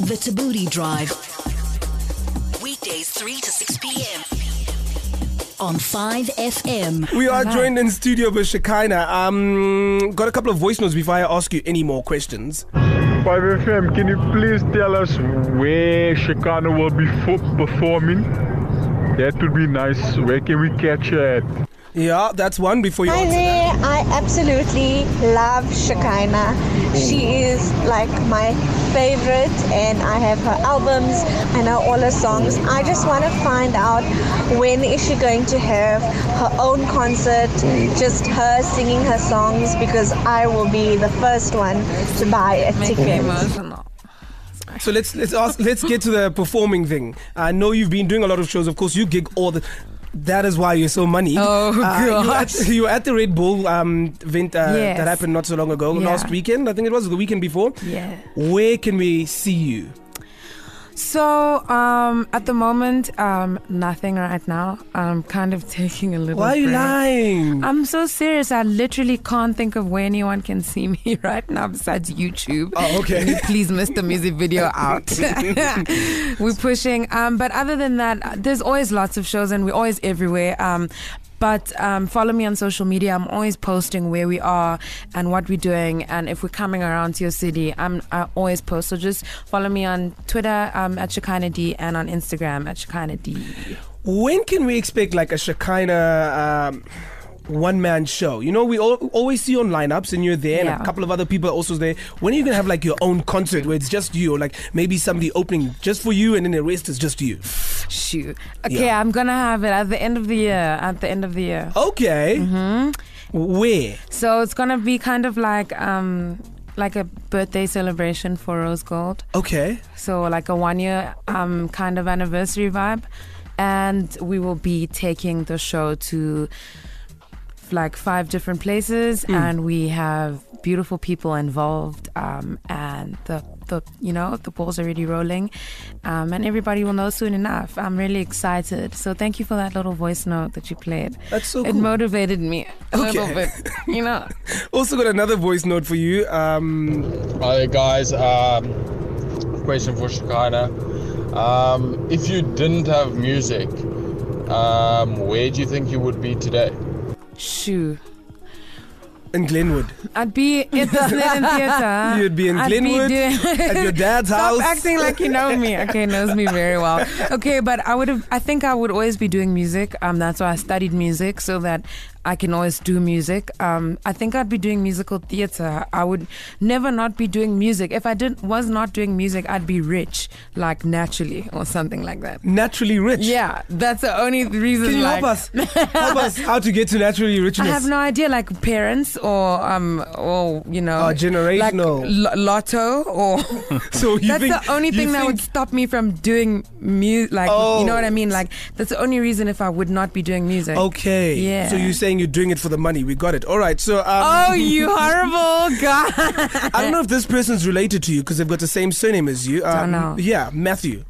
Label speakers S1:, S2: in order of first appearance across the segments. S1: The Tabooty Drive. Weekdays 3 to 6 p.m. On 5FM.
S2: We are joined in studio with Shekinah. Um, got a couple of voice notes before I ask you any more questions.
S3: 5FM, can you please tell us where Chicano will be fo- performing? That would be nice. Where can we catch it?
S2: Yeah, that's one before you
S4: Hi
S2: answer.
S4: there. I absolutely love Shekinah. She is like my favorite, and I have her albums. I know all her songs. I just want to find out when is she going to have her own concert, just her singing her songs, because I will be the first one to buy a ticket.
S5: emotional.
S2: So let's let's ask let's get to the performing thing. I know you've been doing a lot of shows. Of course, you gig all the. That is why you're so money.
S5: Oh,
S2: You were
S5: gosh.
S2: at, you were at the Red Bull um, event uh,
S5: Yes.
S2: that happened not so long ago,
S5: Yeah.
S2: last weekend. I think it was the weekend before.
S5: Yeah.
S2: Where can we see you?
S5: So, um, at the moment, um, nothing right now. I'm kind of taking a little.
S2: Why are you
S5: break.
S2: lying?
S5: I'm so serious. I literally can't think of where anyone can see me right now besides YouTube.
S2: Oh, okay.
S5: Can you please miss the music video out? we're pushing. Um, but other than that, uh, there's always lots of shows and we're always everywhere. Um, but um, follow me on social media. I'm always posting where we are and what we're doing. And if we're coming around to your city, I'm I always post. So just follow me on Twitter um, at Shekinah D and on Instagram at Shekinah D.
S2: When can we expect like a Shekinah um, one man show? You know, we all, always see you on lineups and you're there, and a
S5: Yeah.
S2: couple of other people are also there. When are you gonna have like your own concert where it's just you, or like maybe somebody opening just for you, and then the rest is just you?
S5: Shoot. Okay,
S2: Yeah.
S5: I'm going to have it at the end of the year. At the end of the year.
S2: Okay.
S5: Mm-hmm.
S2: Where?
S5: So it's gonna be kind of like um like a birthday celebration for Rose Gold.
S2: Okay.
S5: So like a one year um kind of anniversary vibe. And we will be taking the show to like five different places
S2: Hmm.
S5: and we have beautiful people involved um, and the, the you know the ball's already rolling um, and everybody will know soon enough i'm really excited so thank you for that little voice note that you played
S2: That's so
S5: it
S2: cool.
S5: motivated me a little
S2: Okay.
S5: bit you know
S2: Also got another voice note for you. Um,
S6: Hi guys, um, question for Shekinah. Um, if you didn't have music, um, where do you think you would be today?
S5: Shoo.
S2: in Glenwood,
S5: I'd be at the Snedden Theatre.
S2: You'd be in
S5: I'd be
S2: Glenwood,
S5: doing-
S2: at your dad's house.
S5: Stop acting like you know me. Okay, knows me very well. Okay, but I would have. I think I would always be doing music. Um, that's why I studied music so that I can always do music. Um, I think I'd be doing musical theater. I would never not be doing music. If I did was not doing music, I'd be rich, like naturally or something like that.
S2: naturally rich.
S5: Yeah, that's the only reason.
S2: Can you
S5: like,
S2: help us? help us how to get to naturally richness.
S5: I have no idea, like parents or um or you know,
S2: Oh, generational.
S5: like lo- lotto or.
S2: so you
S5: that's
S2: think,
S5: the only
S2: you
S5: thing that
S2: think-
S5: would stop me from doing music. Like
S2: Oh.
S5: you know what I mean? Like that's the only reason if I would not be doing music.
S2: Okay.
S5: Yeah.
S2: So you're saying you're doing it for the money? We got it. All right. So um,
S5: Oh, you horrible guy!
S2: I don't know if this person's related to you because they've got the same surname as you. Um,
S5: know.
S2: Yeah, Matthew.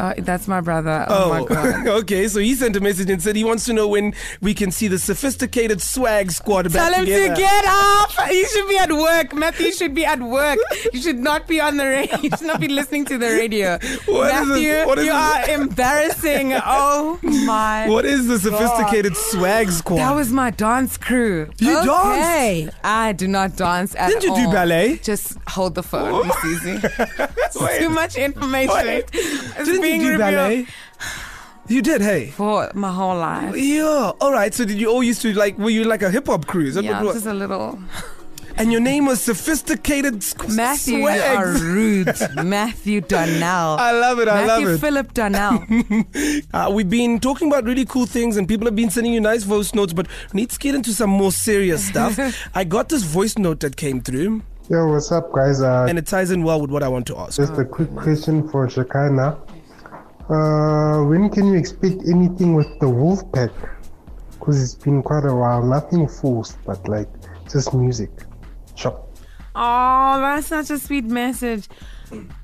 S5: Oh, that's my brother. Oh, my god.
S2: okay. So he sent a message and said he wants to know when we can see the sophisticated swag squad back
S5: Tell him
S2: together.
S5: to get up. He should be at work. Matthew should be at work. You should not be on the radio. You should not be listening to the radio.
S2: What is
S5: Matthew,
S2: this- what is
S5: you
S2: this-
S5: are embarrassing. Oh my.
S2: what is the sophisticated swag squad?
S5: That was my dance crew.
S2: You danced?
S5: Okay. I do not dance at
S2: Didn't you do
S5: all.
S2: ballet?
S5: Just hold the phone, Susie.
S2: Wait.
S5: Too much information.
S2: Wait.
S5: It's
S2: Didn't
S5: being
S2: you do
S5: revealed
S2: ballet? You did, hey.
S5: for my whole life.
S2: Yeah. All right. So did you all used to like? Were you like a hip hop crew? Is that
S5: Yeah,
S2: what it was?
S5: just a little.
S2: And your name was sophisticated squ-
S5: Matthew, you
S2: swag.
S5: are rude. Matthew Donnell.
S2: I love it. I
S5: Matthew
S2: love it.
S5: Philip Donnell.
S2: Uh, we've been talking about really cool things, and people have been sending you nice voice notes. But let's get into some more serious stuff. I got this voice note that came through,
S7: Yo, what's up, guys? Uh,
S2: and it ties in well with what I want to ask.
S7: just a quick question for Shekinah. Uh, when can you expect anything with the wolf pack? Because it's been quite a while. Nothing forced, but like just music. Chop.
S5: Oh, that's such a sweet message.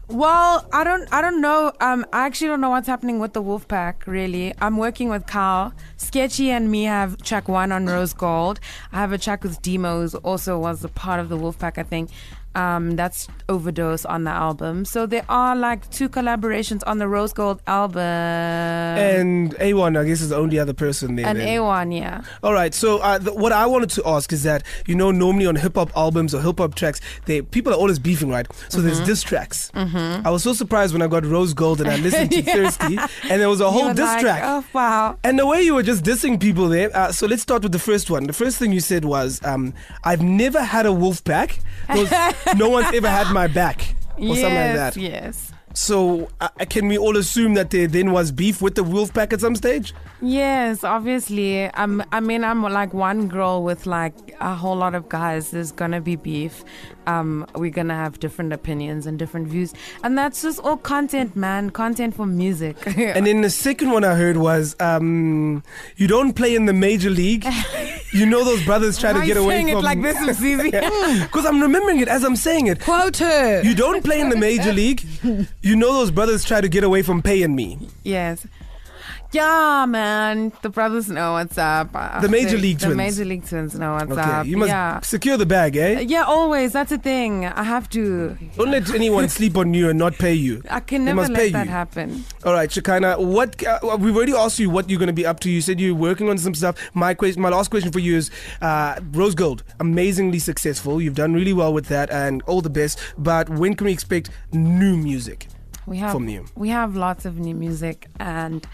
S5: Well, I don't, I don't know. Um, I actually don't know what's happening with the Wolfpack. Really, I'm working with Kyle. Sketchy and me have track one on Rose Gold. I have a track with Demos, also was a part of the Wolfpack, I think. Um, that's Overdose on the album. So there are like two collaborations on the Rose Gold album.
S2: And A1, I guess, is the only other person there.
S5: An
S2: Eh, then.
S5: A1, yeah.
S2: All right. So uh, th- what I wanted to ask is that you know normally on hip hop albums or hip hop tracks, they people are always beefing, right? So there's
S5: Mm-hmm.
S2: diss tracks. I was so surprised when I got Rose Gold and I listened to Thirsty, and there was a whole
S5: You're
S2: diss
S5: like,
S2: track.
S5: Oh, wow.
S2: And the way you were just dissing people there, uh, so let's start with the first one. The first thing you said was, um, "I've never had a wolf pack. Those- no one's ever had my back." Or
S5: yes,
S2: something like that.
S5: Yes.
S2: So, uh, can we all assume that there then was beef with the wolf pack at some stage?
S5: Yes, obviously. Um, I mean, I'm like one girl with like a whole lot of guys. There's gonna be beef. Um, we're gonna have different opinions and different views, and that's just all content, man. Content for music.
S2: And then the second one I heard was, um, "You don't play in the major league. you know those brothers try
S5: Why
S2: to
S5: are
S2: get
S5: you
S2: away
S5: saying
S2: from."
S5: it like this, Mzizi?
S2: Because I'm remembering it as I'm saying it.
S5: Quote her.
S2: You don't play in the major league. You know those brothers try to get away from paying me.
S5: Yes. Yeah, man. The brothers know what's up.
S2: The Major League
S5: the
S2: Twins.
S5: Major League Twins know what's
S2: Okay,
S5: up.
S2: you must
S5: yeah.
S2: secure the bag, eh?
S5: Yeah, always. That's a thing. I have to.
S2: Don't let anyone sleep on you and not pay you.
S5: I can
S2: They
S5: never
S2: must pay
S5: let that
S2: you.
S5: happen.
S2: All right, Shekinah, what uh, we've already asked you what you're going to be up to. You said you're working on some stuff. My question, my last question for you is uh, Rose Gold, amazingly successful. You've done really well with that, and all the best. But when can we expect new music?
S5: We have
S2: from you?
S5: we have lots of new music, and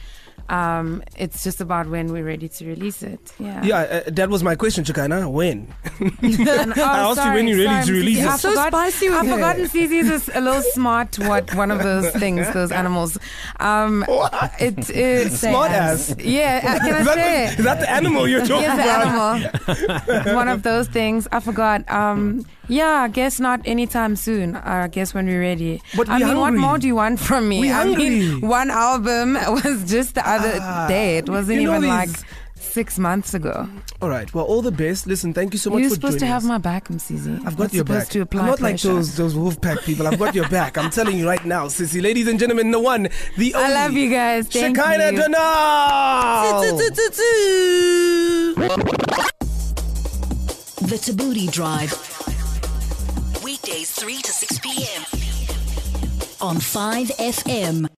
S5: um, it's just about when we're ready to release it. Yeah.
S2: Yeah, uh, that was my question, Shekinah. When?
S5: And- oh,
S2: I asked you
S5: sorry,
S2: when you're ready
S5: sorry,
S2: to
S5: Mrs.
S2: release
S5: I
S2: it.
S8: It's so
S5: forgot-
S8: spicy
S5: I've
S8: with her.
S5: forgotten Cece is a little smart. What one of those things? Those animals. Um, it, it,
S2: Smart ass.
S5: Yeah. uh, Can I
S2: Is that,
S5: say?
S2: the, is that the animal you're talking
S5: Yes,
S2: about?
S5: the animal. It's one of those things. I forgot. Um, yeah, I guess not anytime soon. I guess when we're ready.
S2: But
S5: I
S2: we
S5: mean, what
S2: hungry.
S5: more do you want from me?
S2: We
S5: I mean,
S2: hungry.
S5: one album was just the other
S2: Ah,
S5: day. It wasn't
S2: you know
S5: even
S2: these-
S5: like six months ago.
S2: All right. Well, all the best. Listen, thank you so much
S5: You're
S2: for
S5: supposed to
S2: joining
S5: have
S2: us.
S5: my back, Mzizi.
S2: I've
S5: Not
S2: got your
S5: supposed
S2: back.
S5: To apply
S2: I'm not like
S5: pressure.
S2: those those wolf pack people. I've got your back. I'm telling you right now, sissy. Ladies and gentlemen, the one, the
S5: I
S2: only.
S5: love you guys. Thank
S2: Shekinah
S5: you.
S2: Donal.
S1: The Tabooty Drive. Weekdays 3 to 6 p.m. on 5 FM.